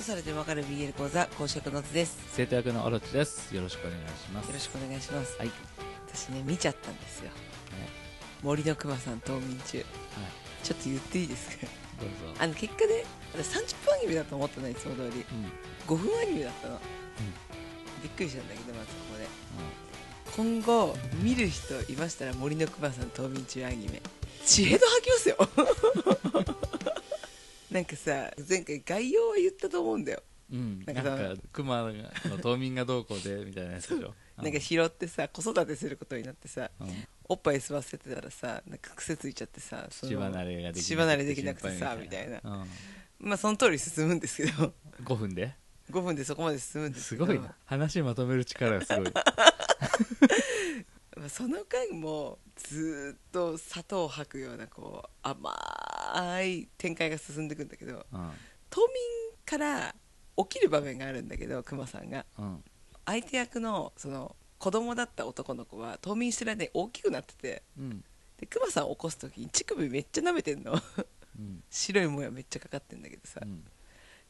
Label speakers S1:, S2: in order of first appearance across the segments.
S1: それでわかる BL 講座公爵の図です
S2: 生徒役のオロチですよろしくお願いします
S1: よろしくお願いします
S2: はい、
S1: 私ね見ちゃったんですよ森の熊さん冬眠中
S2: はい、
S1: ちょっと言っていいですか
S2: どうぞ
S1: あの結果ね私30分アニメだと思ってないいつも通り
S2: うん、うん、
S1: 5分アニメだったの、びっくりしたんだけどまずここで今後見る人いましたら森の熊さん冬眠中アニメ知恵度吐きますよ なんかさ前回概要は言ったと思うんだよ
S2: うん、
S1: な
S2: なんん
S1: かさ
S2: か熊の冬眠がどうこうでみたいなやつでしょ
S1: なんか拾ってさ子育てすることになってさ
S2: うんうん
S1: おっぱい吸わせてたらさなんか癖ついちゃってさその
S2: 乳離れができ
S1: 乳離れできなくてさみたいな、まあその通り進むんですけど
S2: うん、5分で
S1: 5分でそこまで進むんです
S2: す
S1: けど
S2: ごいな話まとめる力がす ごい
S1: まあその間もずーっと砂糖を吐くようなこう甘い展開が進んでいくんだけど
S2: うん
S1: 冬眠から起きる場面があるんだけどクマさんが
S2: うん
S1: 相手役のその子供だった男の子は冬眠してる間に大きくなってて
S2: うん
S1: でクマさんを起こす時に乳首めっちゃ舐めてんの
S2: うん
S1: 白いもやめっちゃかかってんだけどさ、
S2: うん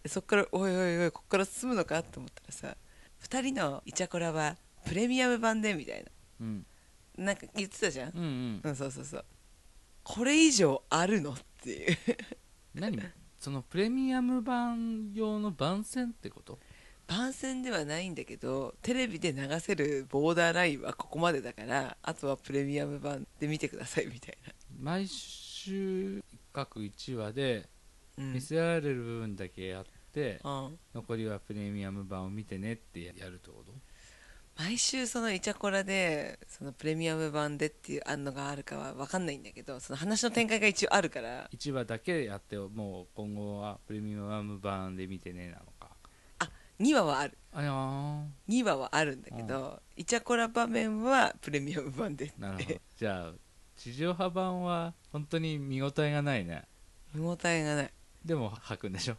S1: でそっからおいおいおいこっから進むのかと思ったらさ2人のイチャコラはプレミアム版でみたい
S2: うん
S1: ななんか言ってたじゃん、
S2: うんう
S1: う
S2: ん
S1: ん、そうそうそうこれ以上あるのっていう
S2: 何そのプレミアム版用の番宣ってこと
S1: 番宣ではないんだけどテレビで流せるボーダーラインはここまでだからあとはプレミアム版で見てくださいみたい
S2: 毎週各1話で
S1: な、うん
S2: 見せられる部分だけやって、
S1: うん
S2: 残りはプレミアム版を見てねってやるってこと
S1: 毎週そのイチャコラでそのプレミアム版でっていう案のがあるかは分かんないんだけどその話の展開が一応あるから
S2: 1話だけやってもう今後はプレミアム版で見てねなのか
S1: あ2話はある
S2: あやー
S1: 2話はあるんだけど、イチャコラ場面はプレミアム版でって
S2: なるほどじゃあ地上波版は本当に見応えがないね
S1: 見応えがない
S2: でも吐くんでしょ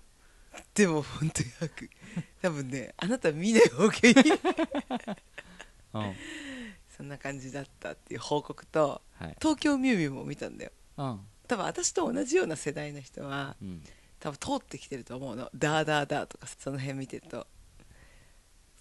S1: でも本当に吐く 多分ねあなた見ない方がいい
S2: うんはい
S1: そんな感じだったっていう報告と東京ミュウミュウも見たんだよ
S2: うん
S1: 多分私と同じような世代の人は
S2: うん
S1: 多分通ってきてると思うの「ダーダーダー」とかその辺見てると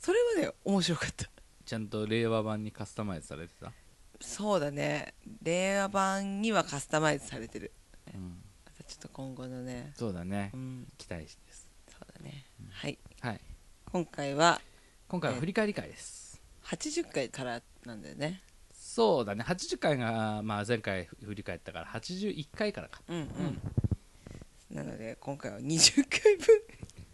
S1: それはね面白かった
S2: ちゃんと令和版にカスタマイズされてた、
S1: そうだね令和版にはカスタマイズされてる
S2: うん、
S1: またちょっと今後のね
S2: そうだね
S1: うん
S2: 期待です
S1: そうだねはい
S2: はい
S1: 今回は
S2: 今回は振り返り会です
S1: 80回からなんだよね
S2: そうだね80回が、まあ、前回振り返ったから81回からか
S1: うん
S2: うん、
S1: なので今回は20回分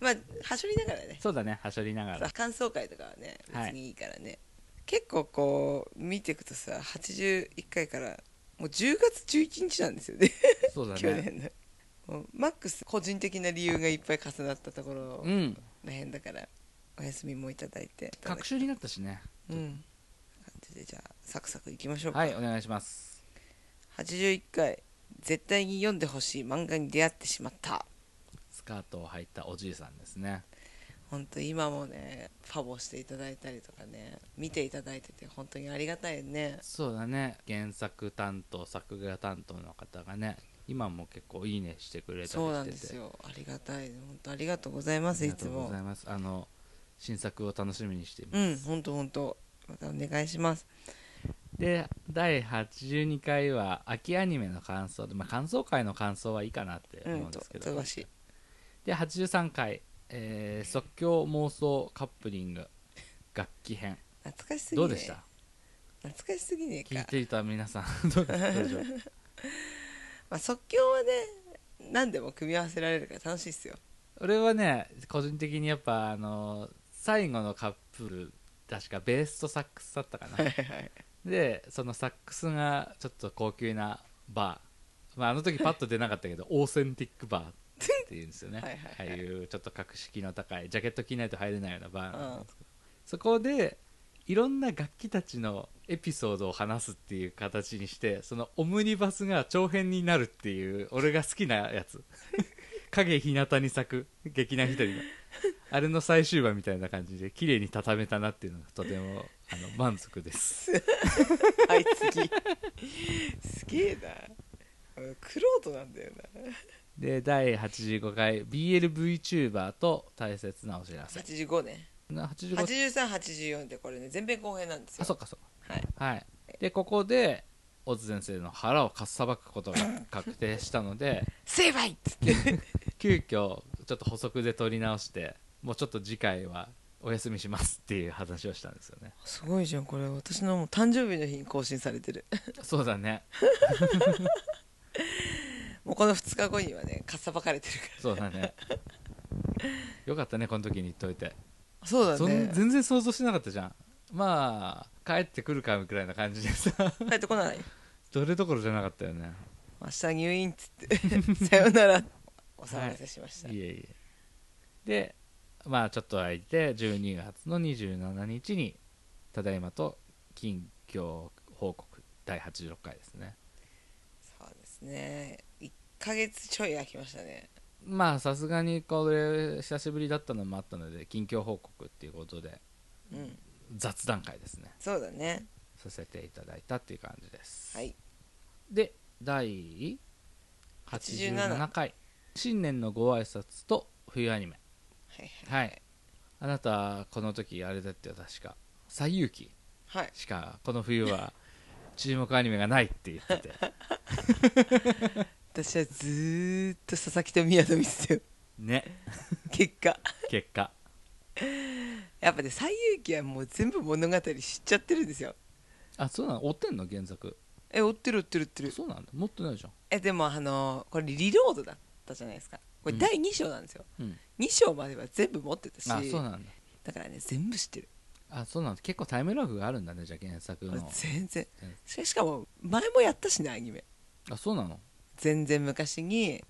S1: まあはしょりながらね
S2: そうだねはしょりながら
S1: 感想会とかはね
S2: はい
S1: 別にいいからね、結構こう見ていくとさ81回からもう10月11日なんですよね
S2: そうだ
S1: 去
S2: ね
S1: 年のもうマックス個人的な理由がいっぱい重なったところ
S2: うん
S1: らへんだからお休みもいただいて
S2: 隔週になったしね
S1: うん感じでじゃあサクサクいきましょうか、
S2: はいお願いします
S1: 81回絶対に読んでほしい漫画に出会ってしまった
S2: スカートを履いたおじいさんですね
S1: 本当今もねファボしていただいたりとかね見ていただいてて本当にありがたいね
S2: そうだね原作担当作画担当の方がね今も結構いいねしてくれたりしてて
S1: そうなんですよありがたい本当ありがとうございま
S2: あ
S1: す
S2: り
S1: い
S2: が
S1: つ
S2: とうご
S1: も
S2: ざいますあの新作を楽しみにしています、
S1: うん本当本当またお願いします
S2: で第82回は秋アニメの感想で、まあ、感想会の感想はいいかなって
S1: う
S2: 思うんん
S1: と
S2: ですけど、
S1: 忙しい
S2: で83回、えー即興妄想カップリング楽器編
S1: 懐かしすぎ
S2: ど
S1: ね
S2: うでした
S1: 懐かしすぎねえ
S2: 聞い
S1: か、
S2: ていた皆さん どうでしたでしょう
S1: まあ、即興はね何でも組み合わせられるから楽しいっ すよ
S2: 俺はね個人的にやっぱあの最後のカップル確かベースとサックスだったか
S1: はい
S2: な
S1: はい
S2: でそのサックスがちょっと高級なバー、まあ、あの時パッと出なかったけどオーセンティックバーっていうんですよね
S1: はいはいはい
S2: ああいうちょっと格式の高いジャケット着ないと入れないようなバーなんですけど、そこでいろんな楽器たちのエピソードを話すっていう形にしてそのオムニバスが長編になるっていう俺が好きなや つ影日向に咲く劇団ひとりのあれの最終話みたいな感じで綺麗に畳めたなっていうのがとてもあの満足です
S1: はい次すげえなうん玄人なんだよな
S2: で第85回 BLVTuber と大切なお知らせ
S1: 85ね
S2: な85
S1: 8384ってこれね前編後編なんです
S2: あ
S1: よ
S2: そうかそう
S1: はい
S2: かはいでここでオズ先生の腹をかっさばくことが確定した ので
S1: 成敗っつって
S2: 急遽ちょっと補足で取り直してもうちょっと次回はお休みしますっていう話をしたんですよね
S1: すごいじゃんこれ私のもう誕生日の日に更新されてる
S2: そうだね
S1: もうこの2日後にはねかっさばかれてるか
S2: そうだねよかったねこの時に言っといて
S1: らそうだ
S2: そん
S1: ね
S2: 全然想像してなかったじゃんまあ帰ってくるかみたいな感じでさ
S1: 帰ってこ ない
S2: どれどころじゃなかったよね
S1: 明日入院っつってさよならお騒がせしました、
S2: いえいえでまあちょっと空いて12月の27日にただいまと近況報告第86回ですね
S1: そうですね1ヶ月ちょい空きましたね
S2: まあさすがにこれ久しぶりだったのもあったので近況報告っていうことで
S1: うん
S2: 雑談会ですね
S1: そうだね
S2: させていただいたっていう感じです、
S1: はい
S2: で第87回新年のご挨拶と冬アニメ
S1: はい
S2: はいあなたこの時あれだってよ確か「西遊記
S1: はい、はい」
S2: しかこの冬は注目アニメがないって言ってて
S1: 私はずーっと佐々木と宮野見てたよ
S2: ね
S1: 結果
S2: 結果
S1: やっぱね「西遊記」はもう全部物語知っちゃってるんですよ
S2: あそうなの追ってんの原作
S1: え追ってる追ってる追ってる
S2: そうなんだ持ってないじゃん
S1: えでもあのこれリロードだったじゃないですかこれ第2章なんですよ、
S2: うん
S1: 2章までは全部持ってたし
S2: あそうなんだ
S1: だからね全部知ってる
S2: あそうなんだ結構タイムラグがあるんだねじゃあ原作の
S1: 全然
S2: うん
S1: しかしかも前もやったしねアニメ
S2: あそうなの
S1: 全然昔に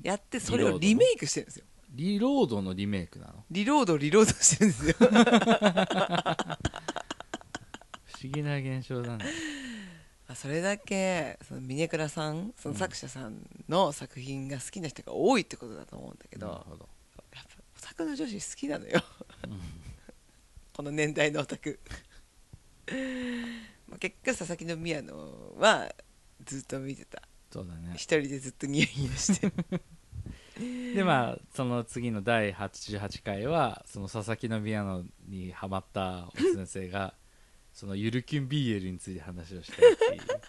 S1: やってそれを
S2: リ
S1: リ
S2: ロードの
S1: メイクしてるんですよ
S2: リロードのリメイクなの
S1: リロードをリロードしてるんですよ
S2: 不思議な現象だね
S1: あそれだけその峰倉さんその作者さんの作品が好きな人が多いってことだと思うんだけど、
S2: な
S1: や
S2: る
S1: っ
S2: ほど
S1: ぱオタクの女子好きなのよこの年代のオタクまあ結果佐々木の宮野はずっと見てた
S2: そうだね
S1: 一人でずっとニヤニヤして
S2: でまあその次の第88回はその佐々木のピアノにハマったお先生がそのゆるキュン BL について話をしたっていう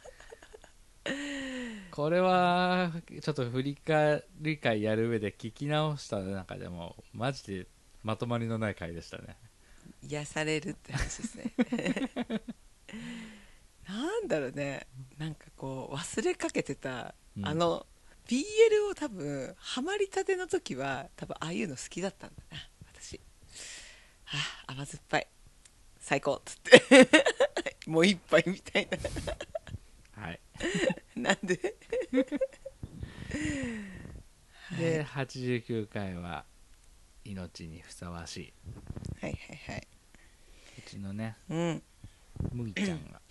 S2: これはちょっと振り返り会やる上で聞き直した中でもマジでまとまりのない回でしたね
S1: 癒されるって話です ねなんだろうねなんかこう忘れかけてた、
S2: うん
S1: あの BL を多分ハマりたての時は多分ああいうの好きだったんだな私はあ甘酸っぱい最高っつって もう一杯みたい
S2: はい
S1: ななんで
S2: で89回は「命にふさわしい
S1: はいはいはい」
S2: うちのね
S1: うん
S2: むいちゃんが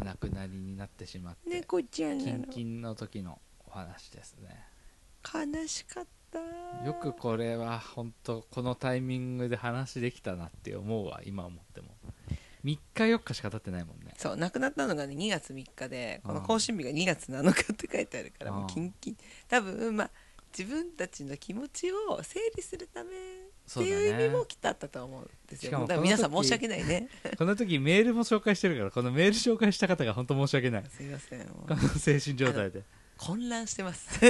S2: お亡くなりになってしまって
S1: 猫ちゃん
S2: キ
S1: な
S2: ン
S1: の
S2: キンの時のお話ですね
S1: 悲しかった
S2: よくこれは本当このタイミングで話できたなって思うわ今思っても3日4日しか経ってないもんね
S1: そう亡くなったのがね2月3日でこの
S2: うん
S1: 更新日が2月7日って書いてあるからも
S2: う
S1: うんキンキン多分まあ自分たちの気持ちを整理するためって
S2: そうだね
S1: いう意味もきっとあったと思うんです
S2: し
S1: よ
S2: かも
S1: だから
S2: この
S1: 皆
S2: 時
S1: さん申し訳ない ね
S2: この時メールも紹介してるからこのメール紹介した方が本当申し訳ない
S1: すいま せんも
S2: こ
S1: う
S2: の精神状 態で
S1: 混乱して ます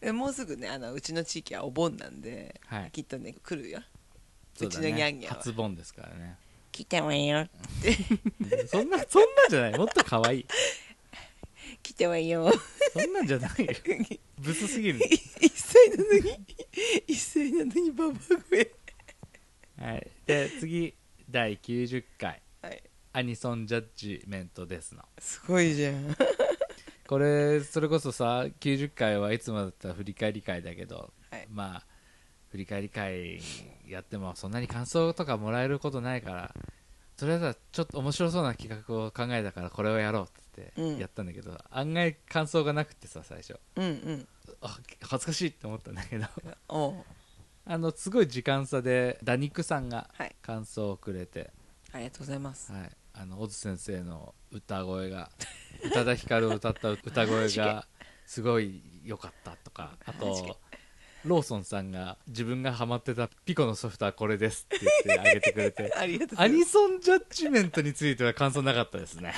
S1: でもうすぐねあのうちの地域はお盆なんで、
S2: はい
S1: きっとね来るよ
S2: そうだ
S1: ち
S2: ね
S1: のギャンギャンは
S2: 初ボンですからね
S1: 来てもいいよ
S2: そんなそんなんじゃないもっと可愛い
S1: 来てもいいよ
S2: そんなんじゃないよブスすぎる
S1: 一歳なのに一歳なのにババア声
S2: はいで次第90回
S1: はい
S2: アニソンジャッジメントですの
S1: すごいじゃん
S2: これそれこそさ90回はいつもだったら振り返り会だけど、
S1: はい
S2: まあ振り返り会やってもそんなに感想とかもらえることないからとりあえずはちょっと面白そうな企画を考えたからこれをやろうって言っ
S1: うん
S2: てやったんだけど、案外感想がなくてさ最初
S1: うんうん
S2: あ恥ずかしいって思ったんだけど
S1: おう
S2: あのすごい時間差でダニクさんが
S1: はい
S2: 感想をくれて、
S1: ありがとうございます
S2: はい、 あの小津先生の歌声が宇多田ヒカルを歌った歌声
S1: マジ
S2: が
S1: か
S2: すごい良かったとかあ
S1: 確かに
S2: とローソンさんが自分がハマってたピコのソフトはこれですって言ってあげてく れて
S1: ありがとうござ
S2: ア
S1: いま
S2: ニ
S1: す
S2: ソンジャッジメントについては感想なかったです ね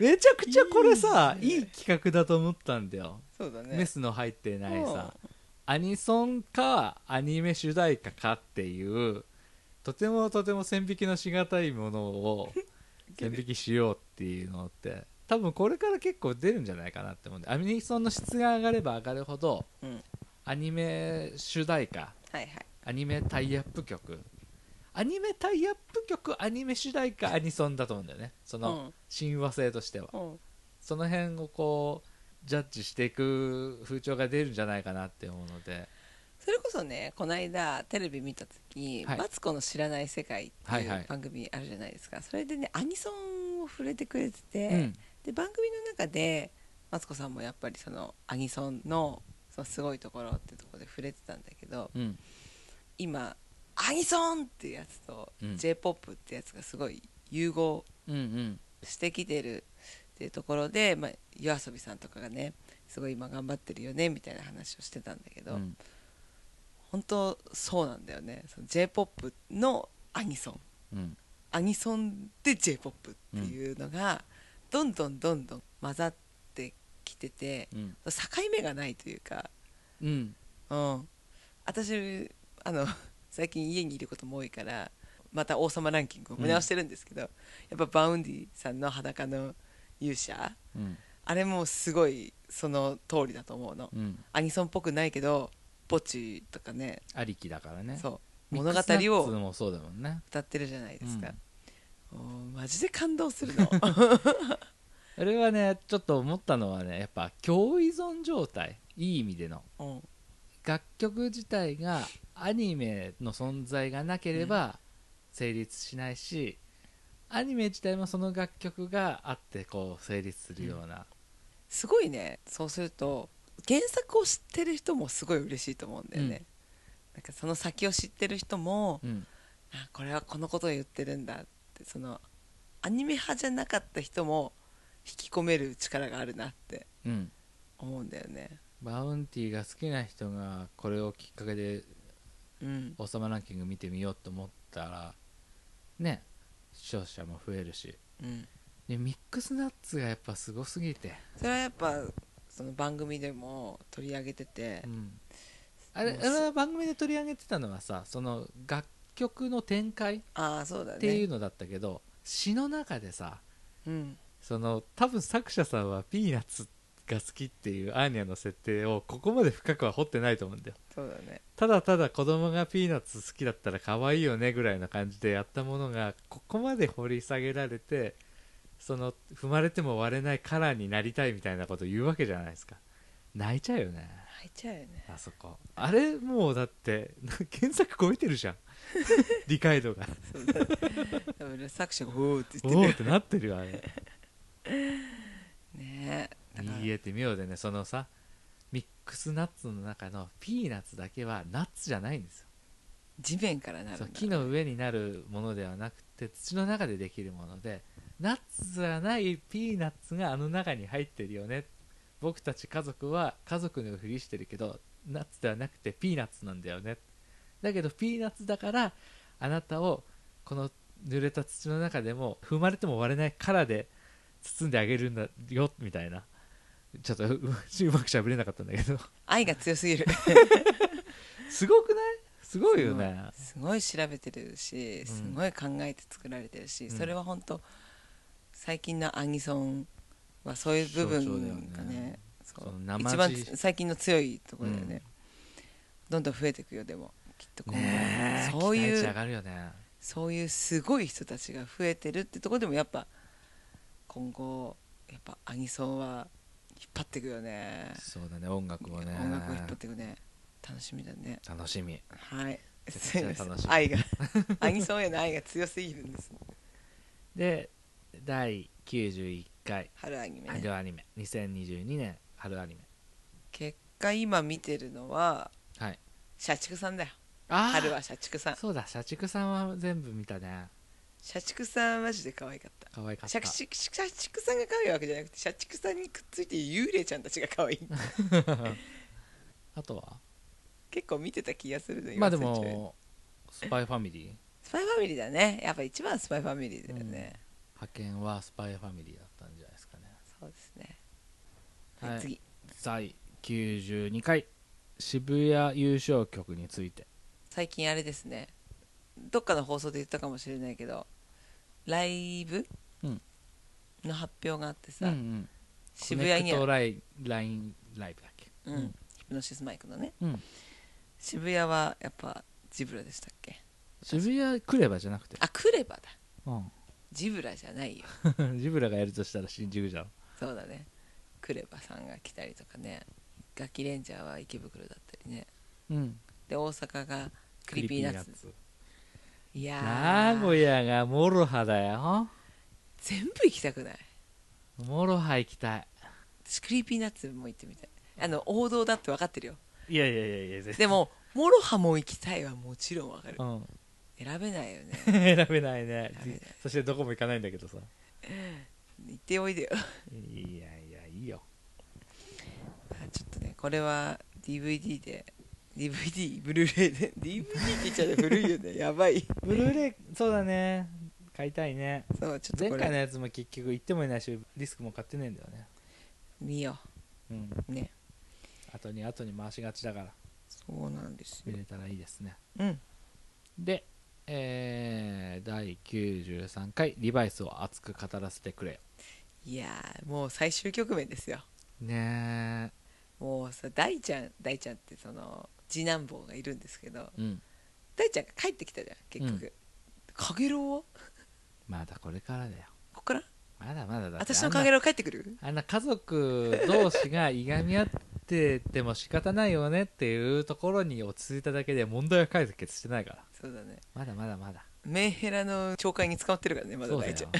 S2: めちゃくちゃこれさ
S1: いいね
S2: いい企画だと思ったんだよ
S1: そうだ
S2: メ
S1: ね
S2: スの入ってないさ、アニソンかアニメ主題歌かっていうとてもとても線引きのしがたいもの を線引きしようっていうのって多分これから結構出るんじゃないかなって思うんでアニソンの質が上がれば上がるほど
S1: うん
S2: アニメ主題歌
S1: はいはい
S2: アニメタイアップ曲アニメタイアップ曲アニメ主題歌アニソンだと思うんだよねそ
S1: うん
S2: の親和性としては、
S1: うん
S2: その辺をこうジャッジしていく風潮が出るんじゃないかなって思うので
S1: それこそねこの間テレビ見た時「
S2: はい
S1: マツコの知らない世界」って
S2: はい
S1: い
S2: は
S1: う
S2: い
S1: 番組あるじゃないですかそれでねアニソンを触れてくれてて、
S2: うん
S1: で番組の中でマツコさんもやっぱりそのアニソンのそのすごいところってところで触れてたんだけど
S2: うん
S1: 今アニソンっていうやつと
S2: うん
S1: j p o p ってやつがすごい融合
S2: うんうん
S1: してきてるっていうところで、まあ、夜遊びさんとかがねすごい今頑張ってるよねみたいな話をしてたんだけど、
S2: うん
S1: 本当そうなんだよねその j p o p のアニソン
S2: うん
S1: アニソンで j p o p っていうのがどんどんどんどん混ざってきてて、
S2: うん
S1: 境目がないというか、
S2: うん
S1: うん、私あの最近家にいることも多いからまた「王様ランキング」を見直してるんですけど、やっぱバウンディさんの「裸の勇者
S2: うん」
S1: あれもすごいその通りだと思うの、
S2: うん
S1: アニソンっぽくないけど墓地とかね
S2: ありきだからね
S1: そう
S2: ミッ
S1: 物
S2: ク
S1: 語
S2: スナッツ
S1: を
S2: もそうだもんね
S1: 歌ってるじゃないですか
S2: うん、
S1: もうマジで感動する の
S2: あれはねちょっと思ったのはねやっぱ共依存状態いい意味での
S1: うん
S2: 楽曲自体がアニメの存在がなければ成立しないし、アニメ自体もその楽曲があってこう成立するような、
S1: すごいねそうすると原作を知ってる人もすごい嬉しいと思うんだよね、なんかその先を知ってる人も、
S2: うん
S1: あこれはこのことを言ってるんだってそのアニメ派じゃなかった人も引き込める力があるなって
S2: うん、
S1: 思うんだよね
S2: バウンティーが好きな人がこれをきっかけで
S1: うん
S2: 「王様ランキング」見てみようと思ったらね視聴者も増えるし
S1: うん
S2: でミックスナッツがやっぱすごすぎて、
S1: それはやっぱその番組でも取り上げてて、
S2: うんあれ
S1: もう
S2: あ
S1: す
S2: れは番組で取り上げてたのはさその楽曲の展開
S1: ああそうだね
S2: っていうのだったけど、詩の中でさ
S1: うん、
S2: その多分作者さんはピーナッツが好きっていうアーニャの設定をここまで深くは掘ってないと思うんだよ
S1: そうだね
S2: ただただ子供がピーナッツ好きだったら可愛いよねぐらいな感じでやったものがここまで掘り下げられてその踏まれても割れないカラーになりたいみたいなこと言うわけじゃないですか泣いちゃうよね
S1: 泣いちゃうよね
S2: あそこあれもうだって原作超えてるじゃん 理解度が
S1: そうだね多分作者が「おーって
S2: お
S1: 言って
S2: お
S1: る
S2: ってなってるよあ れ
S1: ねえだから
S2: 言えてみようでねそのさミックスナッツの中のピーナッツだけはナッツじゃないんですよ
S1: 地面からなるんだ
S2: そう木の上になるものではなくて土の中でできるものでナッツがないピーナッツがあの中に入ってるよね僕たち家族は家族のふりしてるけどナッツではなくてピーナッツなんだよねだけどピーナッツだからあなたをこの濡れた土の中でも踏まれても割れない殻で包んであげるんだよみたいなちょっとう うまくしゃべれなかったんだけど
S1: 愛が強すぎる
S2: すごくないすごいよね
S1: すごい調べてるしすごい考えて作られてるし、
S2: うん
S1: それは本当最近のアニソンはそういう部
S2: 象徴だよね
S1: 分がねそう
S2: その生地
S1: 一番つ最近の強いところだよね、
S2: うん
S1: どんどん増えていくよでもきっと今後
S2: ねえ
S1: そう
S2: 期待
S1: い
S2: 値上
S1: う
S2: がるよね
S1: そういうすごい人たちが増えてるってところでもやっぱ今後やっぱアニソンは引っ張っていくよね
S2: そうだね音楽もね
S1: 音楽を引っ張っていくね楽しみだね
S2: 楽しみ
S1: はい。
S2: 絶
S1: す
S2: 対
S1: いま
S2: 楽し
S1: せ
S2: い
S1: ん。愛がアニソンへの愛が強すぎるんです。
S2: で第91回
S1: 春アニメね、
S2: 春アニメ2022年春アニメ
S1: 結果今見てるのは
S2: はい
S1: 社畜さんだよ。
S2: あー
S1: 春は社畜さん。
S2: そうだ社畜さんは全部見たね
S1: 社畜さんマジで可愛かった
S2: 可愛かった
S1: 社畜社畜さんが可愛いわけじゃなくて社畜さんにくっついてる幽霊ちゃんたちが可愛 い
S2: あとは
S1: 結構見てた気がするの
S2: まあで
S1: 忘れちゃう
S2: もスパイファミリー
S1: スパイファミリーだねやっぱ一番はスパイファミリーだよね、
S2: 派遣はスパイファミリーだったんじゃないですかね
S1: そうですねはい、
S2: はい
S1: 次
S2: 第92回渋谷優勝曲について
S1: 最近あれですねどっかの放送で言ったかもしれないけどライブ、
S2: うん
S1: の発表があってさ、
S2: ん、
S1: 渋谷に
S2: コネクト
S1: は、
S2: ライラインライブだっけ
S1: う
S2: うん
S1: ん、ヒプノシスマイクのね
S2: うん
S1: 渋谷はやっぱジブラでしたっけ
S2: 渋谷クレバじゃなくて、
S1: あクレバだ
S2: う
S1: ジブラじゃないよ
S2: ん、 ジブラがやるとしたら新宿じゃん
S1: そうだねクレバさんが来たりとかねガキレンジャーは池袋だったりね
S2: うん
S1: で大阪がクリーピーナッツ
S2: ツ
S1: いや
S2: 名
S1: ー
S2: 古屋がモロハだよ
S1: 全部行きたくない
S2: モロハ行きたい
S1: 私クリーピーナッツも行ってみたいあの王道だって分かってるよ
S2: いやいやいやいや全
S1: でもモロハも行きたいはもちろん分かる
S2: うん
S1: 選べないよね
S2: 選べないね
S1: 選べない
S2: そしてどこも行かないんだけどさ
S1: 行っておいでよ
S2: いやいやいいよ
S1: あちょっとねこれは DVD で DVD ブルーレイで DVD って言っちゃうと古いよねやばい
S2: ブルーレイそうだね買いたいね
S1: そうちょっと
S2: 前
S1: こ
S2: 回の
S1: れ
S2: やつも結局行ってもいないしディスクも買ってないんだよね
S1: 見よ
S2: うん
S1: うね
S2: 後に後に回しがちだから
S1: そうなんです
S2: 見
S1: よ
S2: れたらいいですね
S1: うん
S2: でえー、第93回「リバイスを熱く語らせてくれよ
S1: いやーもう最終局面ですよ」
S2: ね
S1: もうさ大ちゃん大ちゃんってその次男坊がいるんですけど
S2: えうん
S1: 大ちゃんが帰ってきたじゃん結局、
S2: うん
S1: かげろうは
S2: まだこれからだよ
S1: こっから
S2: まだまだだって
S1: 私の
S2: あんな
S1: かげろう帰ってくる
S2: あんな家族同士がいがみ合ってても仕方ないよねっていうところに落ち着いただけで問題は解決してないから
S1: そうだね
S2: まだまだまだ
S1: メンヘラの懲戒に捕まってるからねまだ
S2: そうだ
S1: 大
S2: よ
S1: ちゃん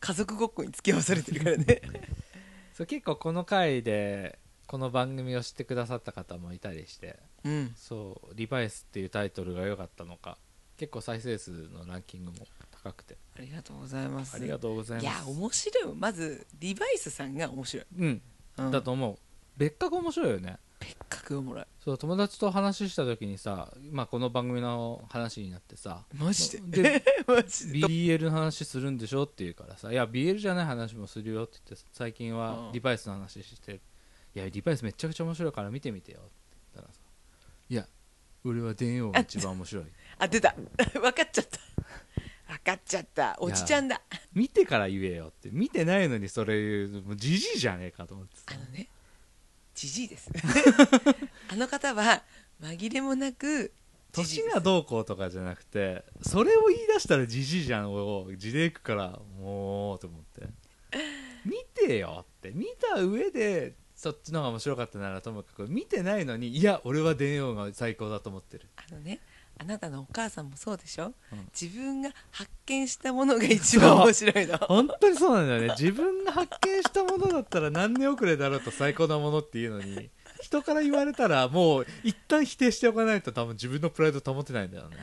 S1: 家族ごっこに付き合わされてるからね
S2: そう結構この回でこの番組を知ってくださった方もいたりして
S1: うん
S2: そう「リバイス」っていうタイトルが良かったのか結構再生数のランキングも高くて
S1: ありがとうございます
S2: ありがとうございま
S1: や
S2: す
S1: 面白いもんまずリバイスさんが面白い、
S2: うん
S1: うん
S2: だと思う別格面白いよね
S1: 別格おもろい
S2: そう友達と話した時にさ、まあ、この番組の話になってさ
S1: マジで
S2: で
S1: マジで
S2: BL の話するんでしょって言うからさ「いや BL じゃない話もするよ」って言って最近
S1: う
S2: は
S1: ん
S2: リバイスの話して「いやリバイスめちゃくちゃ面白いから見てみてよ」って言ったらさ「いや俺は電王が一番 面白い
S1: あ出た分かっちゃった分かっちゃったおじちゃんだ
S2: 見てから言えよ」って見てないのにそれ言うもうじじいじゃねえかと思って
S1: あ
S2: さ
S1: のねじじいです あの方は紛れもなくジジイ
S2: 年
S1: です
S2: がどうこうとかじゃなくてそれを言い出したらじじいじゃんを地でいくからもうと思って見てよって見た上でそっちの方が面白かったならともかく見てないのにいや俺は電王が最高だと思ってる
S1: あのねあなたのお母さんもそうでしょ、
S2: うん
S1: 自分が発見したものが一番面白いの
S2: 本当にそうなんだよね自分が発見したものだったら何年遅れだろうと最高なものっていうのに人から言われたらもう一旦否定しておかないと多分自分のプライド保てないんだよね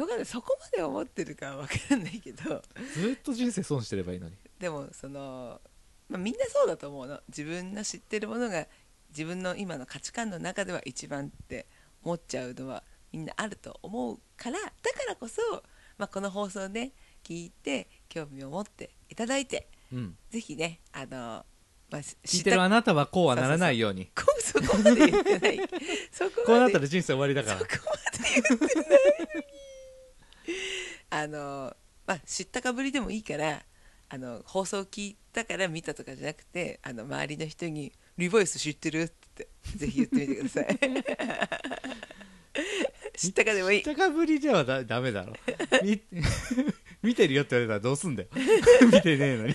S1: わかんないそこまで思ってるかは分かんないけど
S2: ずっと人生損してればいいのに
S1: でもその、まあ、みんなそうだと思うの自分の知ってるものが自分の今の価値観の中では一番って思っちゃうのはみんなあると思うからだからこそ、まあ、この放送ね聞いて興味を持っていただいて
S2: うん
S1: ぜひねあの、まあ、し
S2: 聞いてるあなたはこうはならないように
S1: こそこまで言って ないそこ
S2: こう
S1: ま
S2: なっ
S1: で
S2: たら人生終わりだか
S1: そ
S2: ら
S1: こまで言ってない あの、まあ、知ったかぶりでもいいからあの放送聞いたから見たとかじゃなくてあの周りの人に「リバイス知ってる?」ってぜひ言ってみてください 知ったかでもいい
S2: 知ったかぶりではだダメ だろみ 見てるよって言われたらどうすんだよ見てねえのに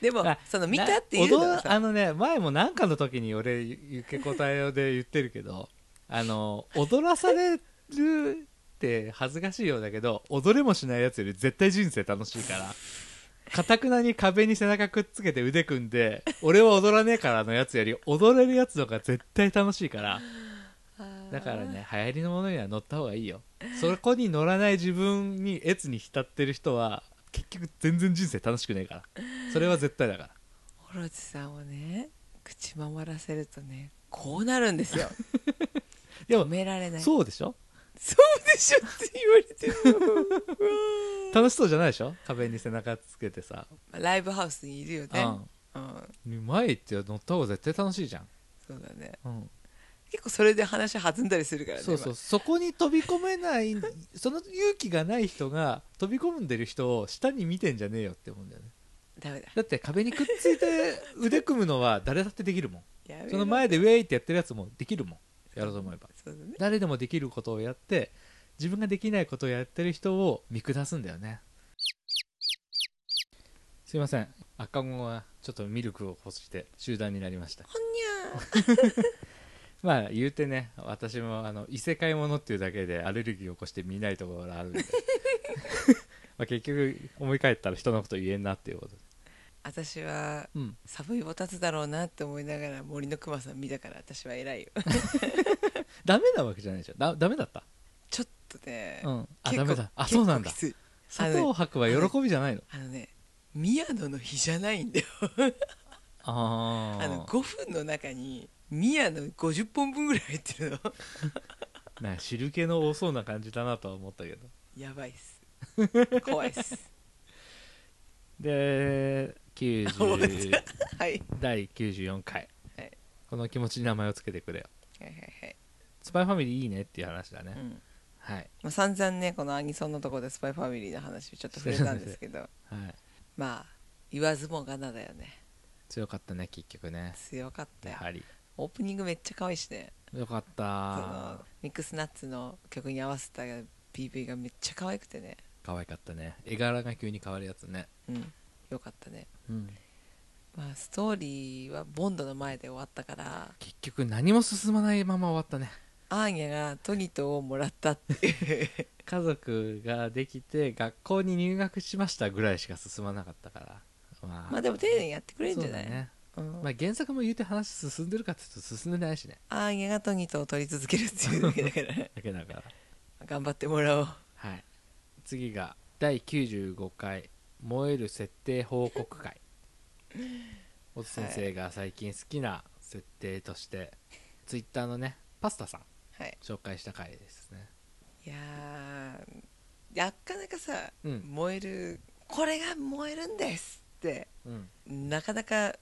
S1: でも
S2: あ
S1: その見たっていうの
S2: な
S1: は
S2: おどあ
S1: さ
S2: のね前も何かの時に俺ゆ受け答えで言ってるけどあの踊らされるって恥ずかしいようだけど踊れもしないやつより絶対人生楽しいからかたくなに壁に背中くっつけて腕組んで俺は踊らねえからのやつより踊れるやつの方が絶対楽しいから
S1: あー
S2: だからね流行りのものには乗った方がいいよそこに乗らない自分に越に浸ってる人は結局全然人生楽しくないからそれは絶対だから
S1: オロチさんをね口守らせるとねこうなるんです よ
S2: で
S1: 止
S2: も
S1: められ ないそう
S2: そうでしょ
S1: でしょって言われてるのうわー
S2: 楽しそうじゃないでしょ壁に背中つけてさ、
S1: まあライブハウスにいるよねうん、
S2: うん、前行って乗った方が絶対楽しいじゃん、
S1: そうだね
S2: うん
S1: 結構それで話弾んだりするからね
S2: そうそうそこに飛び込めないその勇気がない人が飛び込んでる人を下に見てんじゃねえよって思うんだよね
S1: 今ダメだ
S2: だって壁にくっついて腕組むのは誰だってできるもん
S1: やめろ
S2: その前でウェイってやってるやつもできるもんやろうと思えば
S1: そうだね
S2: 誰でもできることをやって自分ができないことをやってる人を見下すんだよねすいません赤子はちょっとミルクを欲して集団になりました
S1: ほんにゃー
S2: まあ言うてね私もあの異世界ものっていうだけでアレルギーを起こして見ないところが あるんでまあ結局思い返ったら人のこと言えんなっていうことで
S1: 私は
S2: うん
S1: 寒いボタツだろうなって思いながら森のくまさん見たから私は偉いよ
S2: ダメなわけじゃないでしょだダメだった
S1: ちょっとね、
S2: うん
S1: 結
S2: あ
S1: 構
S2: ダメだあ
S1: 結構
S2: そうなんだ
S1: きつい
S2: 砂糖を吐くは喜びじゃないの
S1: あのね宮野の日じゃないんだよ
S2: あ
S1: あの
S2: あ
S1: 5分の中に宮野50本分ぐらい入ってるの
S2: なんか汁気の多そうな感じだなとは思ったけど
S1: やばいっす怖いっ す
S2: で
S1: 終わっ
S2: 90
S1: はい
S2: 第94回、
S1: はい
S2: この気持ちに名前をつけてくれよ
S1: はいはいはい、
S2: スパイファミリーいいねっていう話だね、
S1: うん
S2: はい、
S1: まあ、散々ねこのアニソンのところでスパイファミリーの話をちょっと触れたんですけど
S2: はい、
S1: まあ言わずもがなだよね
S2: 強かったね結局ね
S1: 強かったよ
S2: やはり
S1: オープニングめっちゃ可愛いしね
S2: よかっ
S1: そ
S2: た
S1: のミックスナッツの曲に合わせた PV がめっちゃ可愛くてね
S2: 可愛かったね絵柄が急に変わるやつね
S1: うんよかったね
S2: うん
S1: まあストーリーはボンドの前で終わったから
S2: 結局何も進まないまま終わったね
S1: アーニャがトニトをもらったっていう
S2: 家族ができて学校に入学しましたぐらいしか進まなかったからま
S1: まあでも丁寧にやってくれるんじゃない
S2: そうだね、
S1: うん
S2: まあ、原作も言うて話進んでるかって言うと進んでないしね
S1: アーニャがトニトを取り続けるっていうだけだから
S2: だけだから
S1: 頑張ってもらおう
S2: はい次が第95回「燃える設定報告 会」小津先生が最近好きな設定として、ツイッターのねパスタさん
S1: はい
S2: 紹介した回ですね
S1: いやーなかなかさ、
S2: うん
S1: 燃えるこれが燃えるんですって
S2: うん
S1: なかなか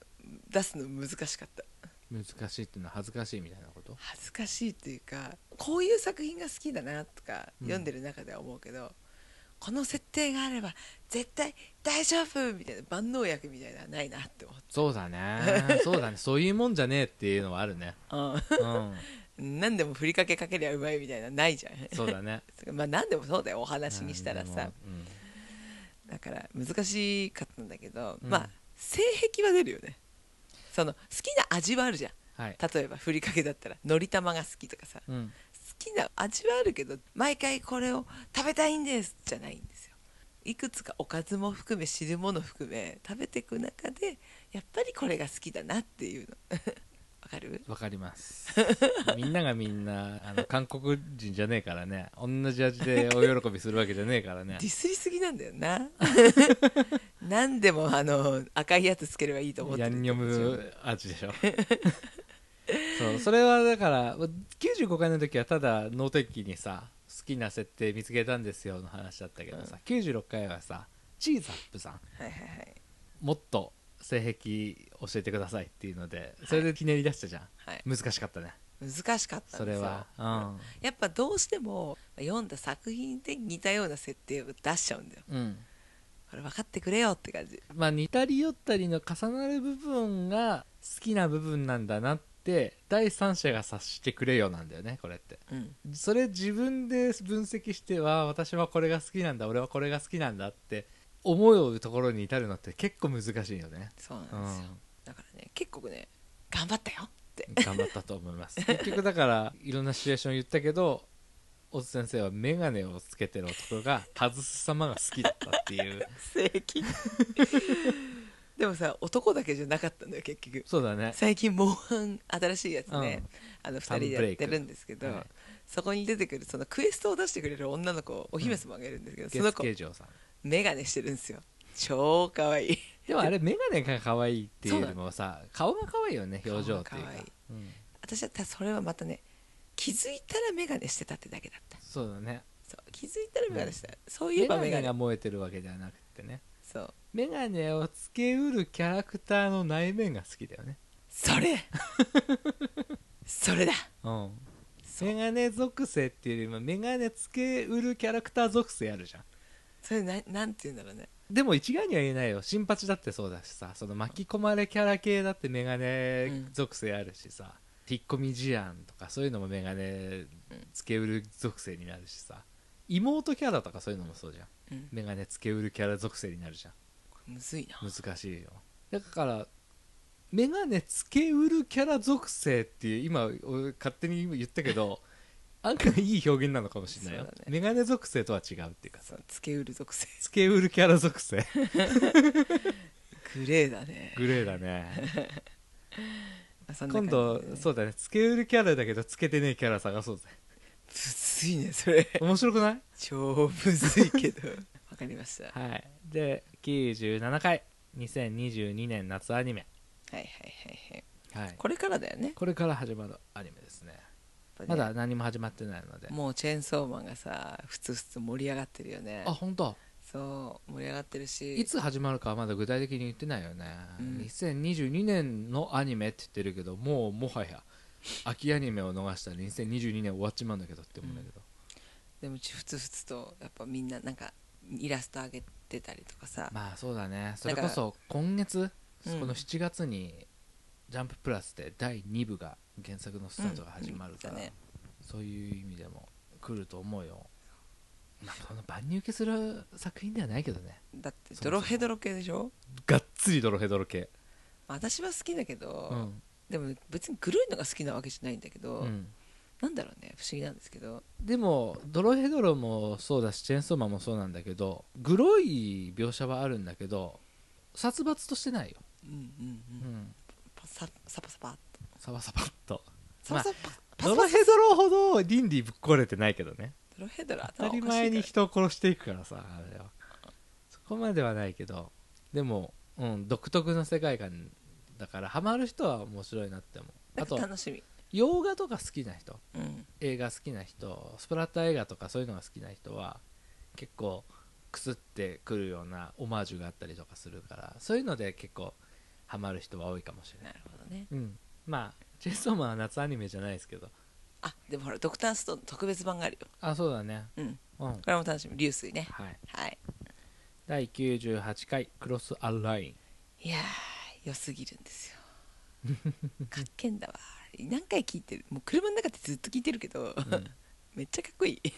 S1: 出すの難しかった
S2: 難しいっていうのは恥ずかしいみたいなこと
S1: 恥ずかしいというかこういう作品が好きだなとか
S2: うん
S1: 読んでる中では思うけど、この設定があれば絶対大丈夫みたいな万能薬みたいなのはないなって思っ
S2: そう だねそうだねそういうもんじゃねえっていうのはあるね
S1: た、
S2: うん
S1: うん、 何でもふりかけかけりゃうまいみたいなのないじゃん
S2: そうだね
S1: まあ何でもそうだよお話にしたらさ、
S2: うん
S1: だから難しかったんだけど、
S2: うん
S1: まあ性癖は出るよねその好きな味はあるじゃん
S2: はい、
S1: 例えばふりかけだったらのり玉が好きとかさ好
S2: うん、
S1: きな味はあるけど毎回これを食べたいんですじゃないんですよいくつかおかずも含め汁物含め食べていく中でやっぱりこれが好きだなっていうの わかる
S2: わかります みんながみんなあの韓国人じゃねえからね同じ味でお喜びするわけじゃねえからね
S1: ディスりすぎなんだよ な何でもあの赤いやつつければいいと思って
S2: ヤ
S1: る
S2: ンニョム味 でしょそうそれはだから95回の時はただ脳天気にさ好きな設定見つけたんですよの話だったけどさ、96回はさチーズアップさん
S1: はいはいはい
S2: もっと性癖教えてくださいっていうのでそれでひねり出したじゃん、
S1: はい
S2: 難しかったね
S1: 難しかった
S2: そ
S1: んで
S2: れ
S1: すよ
S2: はうん
S1: やっぱどうしても読んだ作品で似たような設定を出しちゃうんだよ
S2: うん
S1: これ分かってくれよって感じ
S2: まあ似たり寄ったりの重なる部分が好きな部分なんだなって第三者が察してくれよなんだよねこれって
S1: うん
S2: それ自分で分析しては私はこれが好きなんだ俺はこれが好きなんだって思うところに至るのって結構難しいよね、
S1: そうなん
S2: う
S1: ですよ、
S2: ん
S1: だからね結構ね頑張ったよ って
S2: 頑張ったと思います 結局だからいろんなシチュエーション言ったけど小津先生は眼鏡をつけてる男が外す様が好きだったっていう
S1: 正規 ででもさ男だけじゃなかったんだよ結局
S2: そうだね
S1: 最近モンハン新しいやつね、あの2人
S2: サ
S1: で
S2: ム
S1: や
S2: ブレ
S1: っ
S2: イク
S1: てるんですけど、
S2: はい
S1: そこに出てくるそのクエストを出してくれる女の子お姫様がいるんですけど、その
S2: 月
S1: 子
S2: 桂城さん
S1: メガネしてるんですよ超可愛い
S2: でもあれ眼鏡が可愛いっていうよりもさ顔が可愛いよね表情ってい
S1: 顔
S2: う
S1: が可
S2: か
S1: 愛い
S2: うん
S1: 私だったらそれはまたね気づいたらメガネしてたってだけだった
S2: そうだね
S1: そう気づいたらメガネしてた、そういえ
S2: 眼
S1: ばメガ
S2: 鏡
S1: ネ
S2: が燃えてるわけではなくてね
S1: そう
S2: 眼鏡をつけうるキャラクターの内面が好きだよね
S1: それ それだ
S2: うん
S1: そう
S2: メガネ属性っていうよりもメガネつけうるキャラクター属性あるじゃん
S1: それななんて言うんだろうね
S2: でも一概には言えないよ新八だってそうだしさその巻き込まれキャラ系だってメガネ属性あるしさ、引っ込み思案とかそういうのもメガネつけうる属性になるしさ妹キャラとかそういうのもそうじゃん
S1: うん
S2: メガネつけうるキャラ属性になるじゃん
S1: これむずいな
S2: 難しいよだからメガネつけうるキャラ属性っていう今俺勝手に言った けど案外いい表現なのかもしれないよ、
S1: そうだね
S2: メガネ属性とは違うっていうかさ
S1: そうつけうる属性
S2: つけうるキャラ属性
S1: グレーだね
S2: グレーだね
S1: まあそんな感
S2: 今
S1: じで
S2: 度そうだねつけうるキャラだけどつけてねえキャラ探そうぜ
S1: むずいねそれ
S2: 面白くない
S1: 超むずいけ どわかりましたはい
S2: はいで97回2022年夏アニメ、
S1: はいはいはい
S2: はい、
S1: これからだよね
S2: これから始まるアニメですね
S1: やっぱ
S2: ま
S1: ね
S2: だ何も始まってないので
S1: もうチェーンソーマンがさふつふつ盛り上がってるよね
S2: あ本当。
S1: そう盛り上がってるし
S2: いつ始まるかはまだ具体的に言ってないよね、
S1: うん
S2: 2022年のアニメって言ってるけどもうもはや秋アニメを逃したら2022年終わっちまうんだけどって思うんだけど、
S1: でもうちふつふつとやっぱみんななんかイラスト上げてたりとかさ、
S2: まあそうだねそれこそ今月
S1: うん
S2: この7月に「ジャンププラスで第2部が原作のスタートが始まるか
S1: う
S2: ら、
S1: んうんだね
S2: そういう意味でも来ると思うよまあこの万人受けする作品ではないけどね
S1: だって
S2: そうそう
S1: ドロヘドロ系でしょ
S2: がっつりドロヘドロ系
S1: まあ私は好きだけど、
S2: うん、
S1: でも別にグロいのが好きなわけじゃないんだけど、
S2: うん
S1: なんだろうね不思議なんですけど
S2: でもドロヘドロもそうだしチェーンソーマンもそうなんだけどグロい描写はあるんだけど殺伐としてないよ、
S1: うんうん
S2: う
S1: うん、
S2: ん、
S1: パササパサパッと
S2: サバサバっと
S1: サパサパパ
S2: ド
S1: サ
S2: ロ
S1: パサ
S2: ヘドロほど倫理ぶっ壊れてないけどね
S1: ドロヘドロ
S2: 当た
S1: 頭おかし
S2: り
S1: いから
S2: 前に人を殺していくからさあれはそこまではないけどでも、うん、独特の世界観だからハマる人は面白いなって思う
S1: な
S2: あ
S1: んか
S2: と
S1: 楽しみ
S2: 洋画とか好きな人
S1: うん
S2: 映画好きな人スプラッター映画とかそういうのが好きな人は結構くすってくるようなオマージュがあったりとかするからそういうので結構ハマる人は多いかもしれな、
S1: ないるほどね
S2: うん、まあチェイソーマンは夏アニメじゃないですけど
S1: あでもほらドクターストーンの特別版があるよ
S2: あそうだね
S1: うん
S2: うん
S1: これも楽しみ流水ね
S2: はい
S1: はい
S2: 第98回クロスアライン
S1: いやー良すぎるんですよかっけんだわ何回聞いてるもう車の中でずっと聞いてるけど、
S2: ん
S1: めっちゃかっこいいキ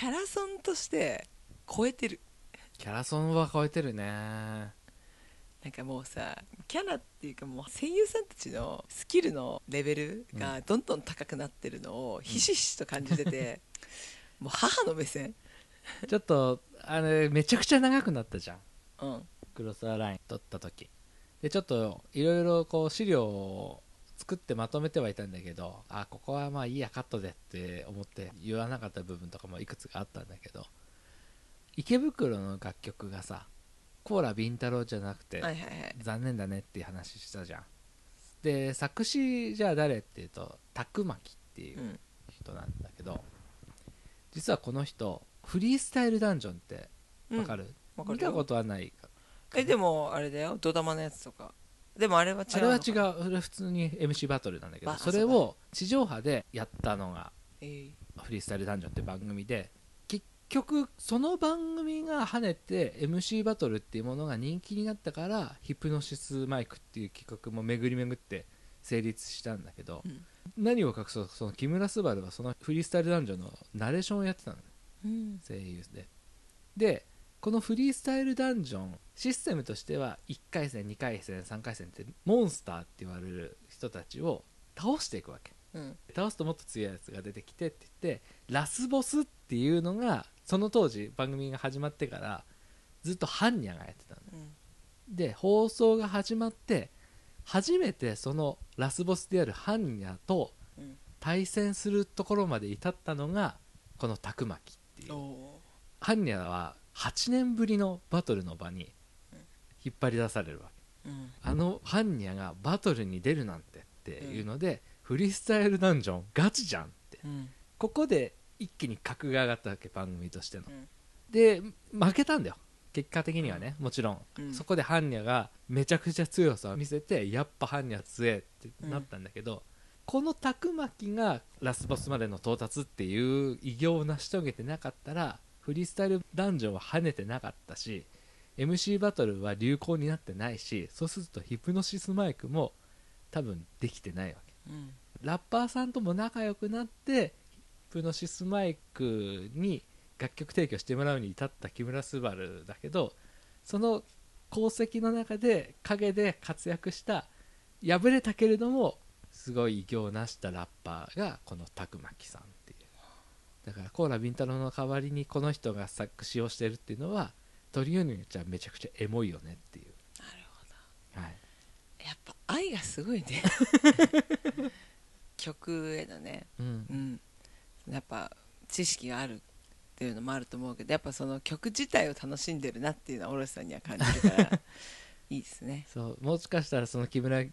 S1: ャラソンとして超えてる
S2: キャラソンは超えてるね
S1: なんかもうさキャラっていうかもう声優さんたちのスキルのレベルがどんどん高くなってるのをひしひしと感じてて、 もう母の目線
S2: ちょっとあれめちゃくちゃ長くなったじゃん
S1: うん
S2: クロスアライン撮った時でちょっといろいろこう資料を作ってまとめてはいたんだけどあここはまあいいやカットでって思って言わなかった部分とかもいくつかあったんだけど池袋の楽曲がさコーラビンタロウじゃなくて、
S1: はいはいはい
S2: 残念だねっていう話したじゃんで作詞じゃあ誰っていうとたくまきっていううん人なんだけど、実はこの人フリースタイルダンジョンってわかる,、
S1: わかるよ
S2: 見たことはないか
S1: えでもあれだよドダマのやつとかでもあれは違う
S2: あれは
S1: のか
S2: 違うそれ普通に MC バトルなんだけど
S1: ば
S2: それを地上波でやったのが
S1: えー
S2: 「フリースタイルダンジョン」って番組で結局その番組が跳ねて MC バトルっていうものが人気になったからヒプノシスマイクっていう企画も巡り巡って成立したんだけど、
S1: うん
S2: 何を隠そうその木村昴はそのフリースタイルダンジョンのナレーションをやってたの
S1: うん
S2: 声優ででこのフリースタイルダンジョンシステムとしては1回戦2回戦3回戦ってモンスターって言われる人たちを倒していくわけ
S1: うん
S2: 倒すともっと強いやつが出てきてって言ってラスボスっていうのがその当時番組が始まってからずっとハンニャがやってたの
S1: うん
S2: で放送が始まって初めてそのラスボスであるハンニャと
S1: うん
S2: 対戦するところまで至ったのがこの「たくまき」っていう
S1: お
S2: ハンニャは8年ぶりのバトルの場に引っ張り出されるわけ
S1: ーうん
S2: あのハンニャがバトルに出るなんてっていうので、フリースタイルダンジョンガチじゃんって
S1: うん
S2: ここで一気に格が上がったわけ番組としての、
S1: うん
S2: で負けたんだよ結果的にはねもちろん、
S1: うん
S2: そこでハンニャがめちゃくちゃ強さを見せてやっぱハンニャ強えってなったんだけど、このたくまきがラスボスまでの到達っていう偉業を成し遂げてなかったらフリースタイルダンジョンは跳ねてなかったし MC バトルは流行になってないしそうするとヒプノシスマイクも多分できてないわけ
S1: うん
S2: ラッパーさんとも仲良くなってヒプノシスマイクに楽曲提供してもらうに至った木村昴だけどその功績の中で陰で活躍した敗れたけれどもすごい偉業を成したラッパーがこのたくまきさんっていうだからコーラビンタロウの代わりにこの人が作詞をしてるっていうのはトリオによっちゃめちゃくちゃエモいよねっていう、
S1: なるほど
S2: はい、
S1: やっぱ愛がすごい ね曲へのね
S2: うん
S1: うんやっぱ知識があるっていうのもあると思うけどやっぱその曲自体を楽しんでるなっていうのはオロチさんには感じるから いいですね
S2: そうもしかしたらその木村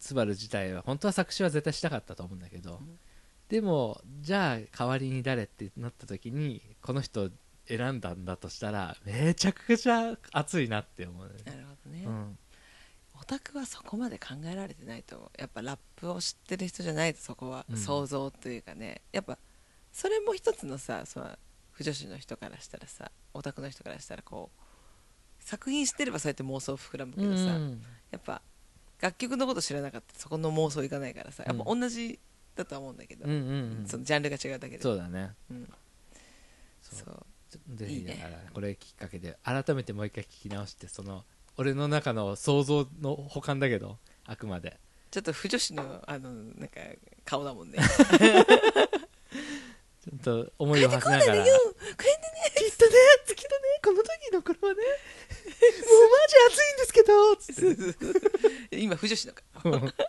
S2: 昴自体は本当は作詞は絶対したかったと思うんだけど、
S1: うん
S2: でもじゃあ代わりに誰ってなった時にこの人を選んだんだとしたらめちゃくちゃ熱いなって思うね
S1: なるほどね、
S2: うん
S1: オタクはそこまで考えられてないと思うやっぱラップを知ってる人じゃないとそこは
S2: うん
S1: 想像というかね、やっぱそれも一つのさその不女子の人からしたらさオタクの人からしたらこう作品知ってればそうやって妄想膨らむけどさ、
S2: うん
S1: やっぱ楽曲のこと知らなかったらそこの妄想いかないからさやっぱ
S2: う
S1: 同じだとは思うんだけど、
S2: うんうんうん
S1: そのジャンルが違うだけで
S2: そうだね
S1: うん
S2: そう
S1: そう
S2: ぜ
S1: いい
S2: ひだ
S1: ね
S2: からこれきっかけで改めてもう一回聞き直してその俺の中の想像の補完だけどあくまで
S1: ちょっと不女子のあのなんか顔だもん ね
S2: ちょっと思いを
S1: 帰っ
S2: 馳
S1: て こな
S2: せないが
S1: で
S2: ら
S1: よ帰ってね
S2: きっとね、きっとね、この時の頃はね、もうマジ暑いんです
S1: 今不女子のか
S2: けど、つって。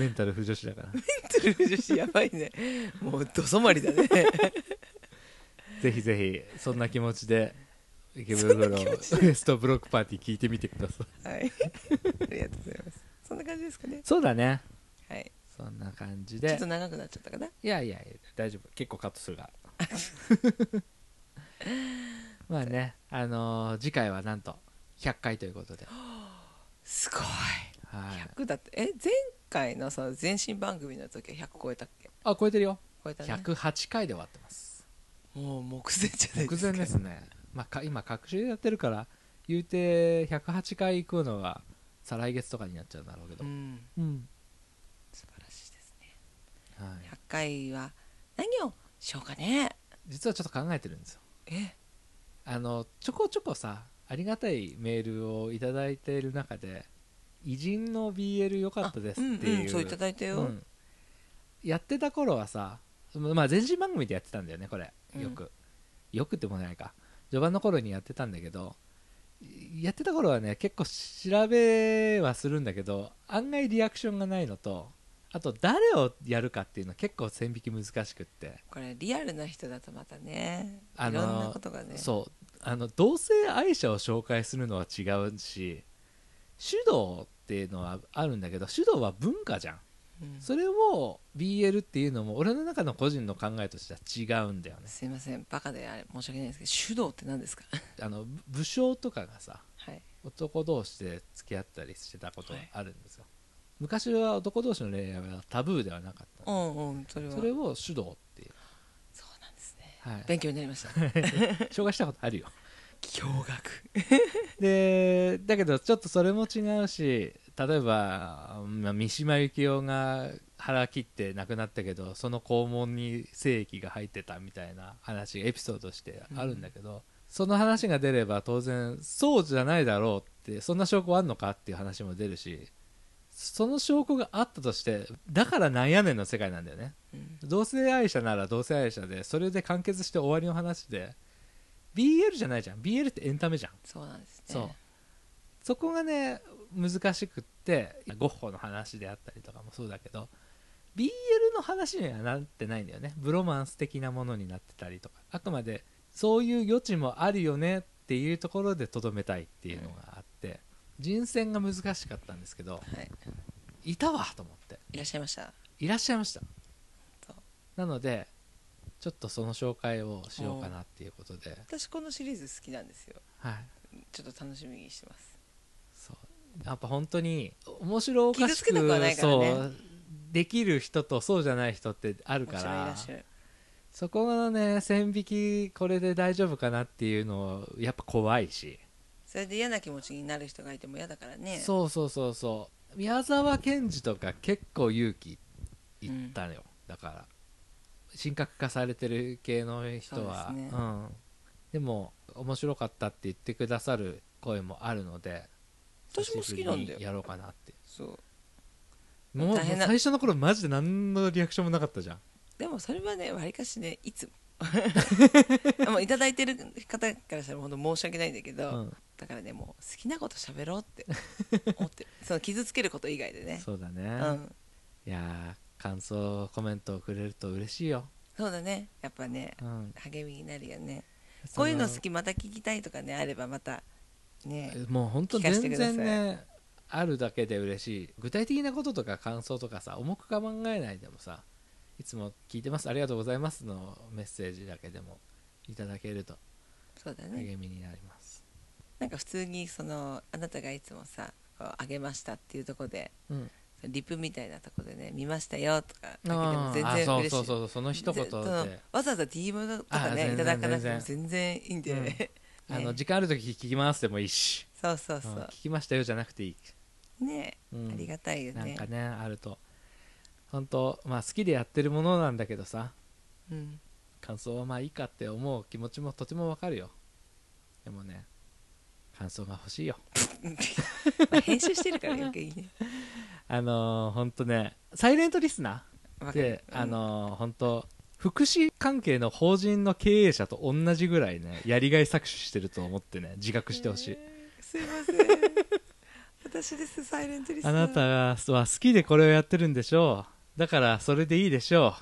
S2: メンタル不女子だから。
S1: ト ゥルー女子やばいねもうど染まりだ ね
S2: ぜひぜひ、そんな気持ちで、池袋のウエストブロックパーティー聞いてみてください。
S1: はいありがとうございますそんな感じですかね
S2: そうだね。
S1: はい
S2: そんな感じ
S1: ちょ
S2: で
S1: っと。長くなっちゃったかない
S2: やいやいや、大丈夫。結構カットするが。 まあね、あのー次回はなんと、100回ということで。
S1: すごい
S2: はい。
S1: 100だってえ前回のさ前身番組の時は100超えたっけ
S2: あ、超えてるよ。
S1: 超えたね
S2: 108回で終わってます。
S1: もう目前じゃないで
S2: 目
S1: すか
S2: 前ですね、まあ、か今隔週でやってるから言うて108回行くのは再来月とかになっちゃうんだろうけど、
S1: うん
S2: うん
S1: 素晴らしいですね
S2: はい、
S1: 100回は何をしようかね
S2: 実はちょっと考えてるんですよ
S1: え
S2: あのちょこちょこさありがたいメールをいただいている中で「偉人の BL 良かったです」って
S1: ん
S2: いう,、
S1: うんそういただいたよ、
S2: うんやってた頃はさ、まあ、前身番組でやってたんだよねこれよく、よくってもないか序盤の頃にやってたんだけどやってた頃はね結構調べはするんだけど案外リアクションがないのとあと誰をやるかっていうのは結構線引き難しくって、
S1: これリアルな人だとまたね
S2: あ
S1: い
S2: の
S1: ろんなことがね
S2: そうあの同性愛者を紹介するのは違うし主導っていうのはあるんだけど主導は文化じゃん
S1: うん
S2: それを BL っていうのも俺の中の個人の考えとしては違うんだよね
S1: すいませんバカであれ申し訳ないですけど手動って何です か
S2: あのぶ武将とかがさ
S1: はい
S2: 男同士で付き合ったりしてたことは
S1: はい
S2: あるんですよ、昔は男同士の恋愛はタブーではなかっ
S1: う
S2: た
S1: んうんそれは
S2: それを主導っていう、
S1: そうなんですね
S2: はい、
S1: 勉強になりました
S2: 紹介したことあるよ
S1: 驚愕
S2: でだけどちょっとそれも違うし例えば、まあ、三島由紀夫が腹切って亡くなったけどその肛門に精液が入ってたみたいな話エピソードとしてあるんだけど、その話が出れば当然そうじゃないだろうってそんな証拠あんのかっていう話も出るしその証拠があったとしてだからなんやねんの世界なんだよね
S1: うん
S2: 同性愛者なら同性愛者でそれで完結して終わりの話で BL じゃないじゃん BL ってエンタメじゃん
S1: そうなんですね
S2: そうそこがね難しくってゴッホの話であったりとかもそうだけど BL の話にはなってないんだよねブロマンス的なものになってたりとかあくまでそういう余地もあるよねっていうところでとどめたいっていうのがあって、人選が難しかったんですけど
S1: はい、
S2: いたわと思って
S1: いらっしゃいました
S2: いらっしゃいました
S1: そう
S2: なのでちょっとその紹介をしようかなっていうことで、
S1: 私このシリーズ好きなんですよ
S2: はい、
S1: ちょっと楽しみにしてます
S2: そうやっぱ本当に面白おかし
S1: 傷つけなくはないからね
S2: そうできる人とそうじゃない人ってある
S1: も
S2: か
S1: ちろんいら
S2: ら
S1: っしゃる
S2: そこのね線引きこれで大丈夫かなっていうのやっぱ怖いし、
S1: それで嫌な気持ちになる人がいても嫌だからね
S2: そうそうそうそう宮沢賢治とか結構勇気いったのよ、だから神格化されてる系の人は
S1: そうですね
S2: ん、でも面白かったって言ってくださる声もあるので
S1: 私も好きなんだよ
S2: 久しぶりにやろうかなって
S1: そう
S2: もう
S1: 大変だ
S2: 最初の頃マジで何のリアクションもなかったじゃん
S1: でもそれはねわりかしねいつもも ういただいてる方からしたら本当申し訳ないんだけど、
S2: うん
S1: だからねもう好きなこと喋ろうって 思ってるその傷つけること以外でね
S2: そうだね、
S1: うん
S2: いやー感想コメントをくれると嬉しいよ、
S1: そうだねやっぱね
S2: うん、
S1: 励みになるよね
S2: そ
S1: こういうの好きまた聞きたいとかねあればまたね
S2: もう本当
S1: 聞かせて
S2: 全
S1: ください
S2: 然ねあるだけで嬉しい具体的なこととか感想とかさ重く考えないでもさいつも聞いてますありがとうございますのメッセージだけでもいただけると
S1: そうだね
S2: 励みになります、
S1: なんか普通にそのあなたがいつもさこうあげましたっていうとこで
S2: うん、
S1: リプみたいなとこでね見ましたよとかだけで
S2: あ
S1: も全
S2: ーあ
S1: 然
S2: そう
S1: 嬉しい
S2: そうそうその一言
S1: ぜその
S2: で
S1: わざわざ DM と
S2: あ
S1: かね
S2: 全然
S1: いただかなくても全然いいんで、
S2: うん
S1: ね
S2: 「あの時間ある時聞きます」でもいいし
S1: そうそう
S2: 「う
S1: そ
S2: ん
S1: う
S2: 聞、きましたよ」じゃなくていい
S1: ね、
S2: うん
S1: ありがたいよ
S2: なん
S1: ね
S2: かねあると本当まあ好きでやってるものなんだけどさ
S1: うん、
S2: 感想はまあいいかって思う気持ちもとてもわかるよでもね感想が欲しいよ
S1: まあ 編集してるから余計にね
S2: あのー、ほんとねサイレントリスナ
S1: わ
S2: ー
S1: かる
S2: で、あのー、ほんと福祉関係の法人の経営者と同じぐらいねやりがい搾取してると思ってね自覚してほしい、
S1: すいません私ですサイレントリスナ
S2: あ
S1: ー
S2: なたは好きでこれをやってるんでしょうだからそれでいいでしょ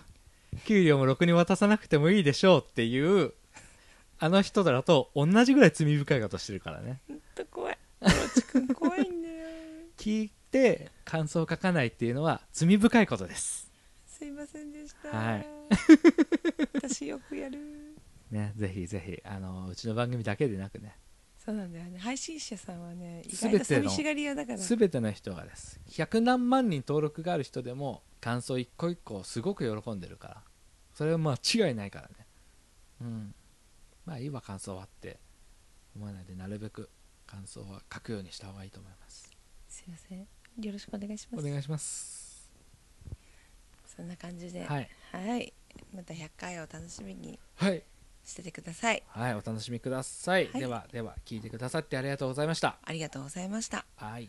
S2: う給料もろくに渡さなくてもいいでしょうっていうあの人らと同じぐらい罪深いことしてるからね
S1: ほんと怖いコロチ君怖いんだよ
S2: 聞いて感想を書かないっていうのは罪深いことです
S1: すいませんでした、
S2: はい
S1: 私よくやる
S2: ねぜひぜひあのうちの番組だけでなくね
S1: そうなんだよね配信者さんはね意
S2: 全
S1: 外
S2: ての
S1: と寂しがり屋だから
S2: 全ての人がです100何万人登録がある人でも感想一個一個すごく喜んでるからそれは間違いないからねうんまあいいわ感想はって思わないでなるべく感想は書くようにした方がいいと思います
S1: すいませんよろしくお願いしま
S2: お
S1: す
S2: 願いします
S1: そんな感じでは、
S2: はいい
S1: また100回を楽しみに
S2: はい、
S1: しててください
S2: はい、お楽しみください、
S1: はい
S2: ではでは聞いてくださってありがとうございました
S1: ありがとうございました
S2: はい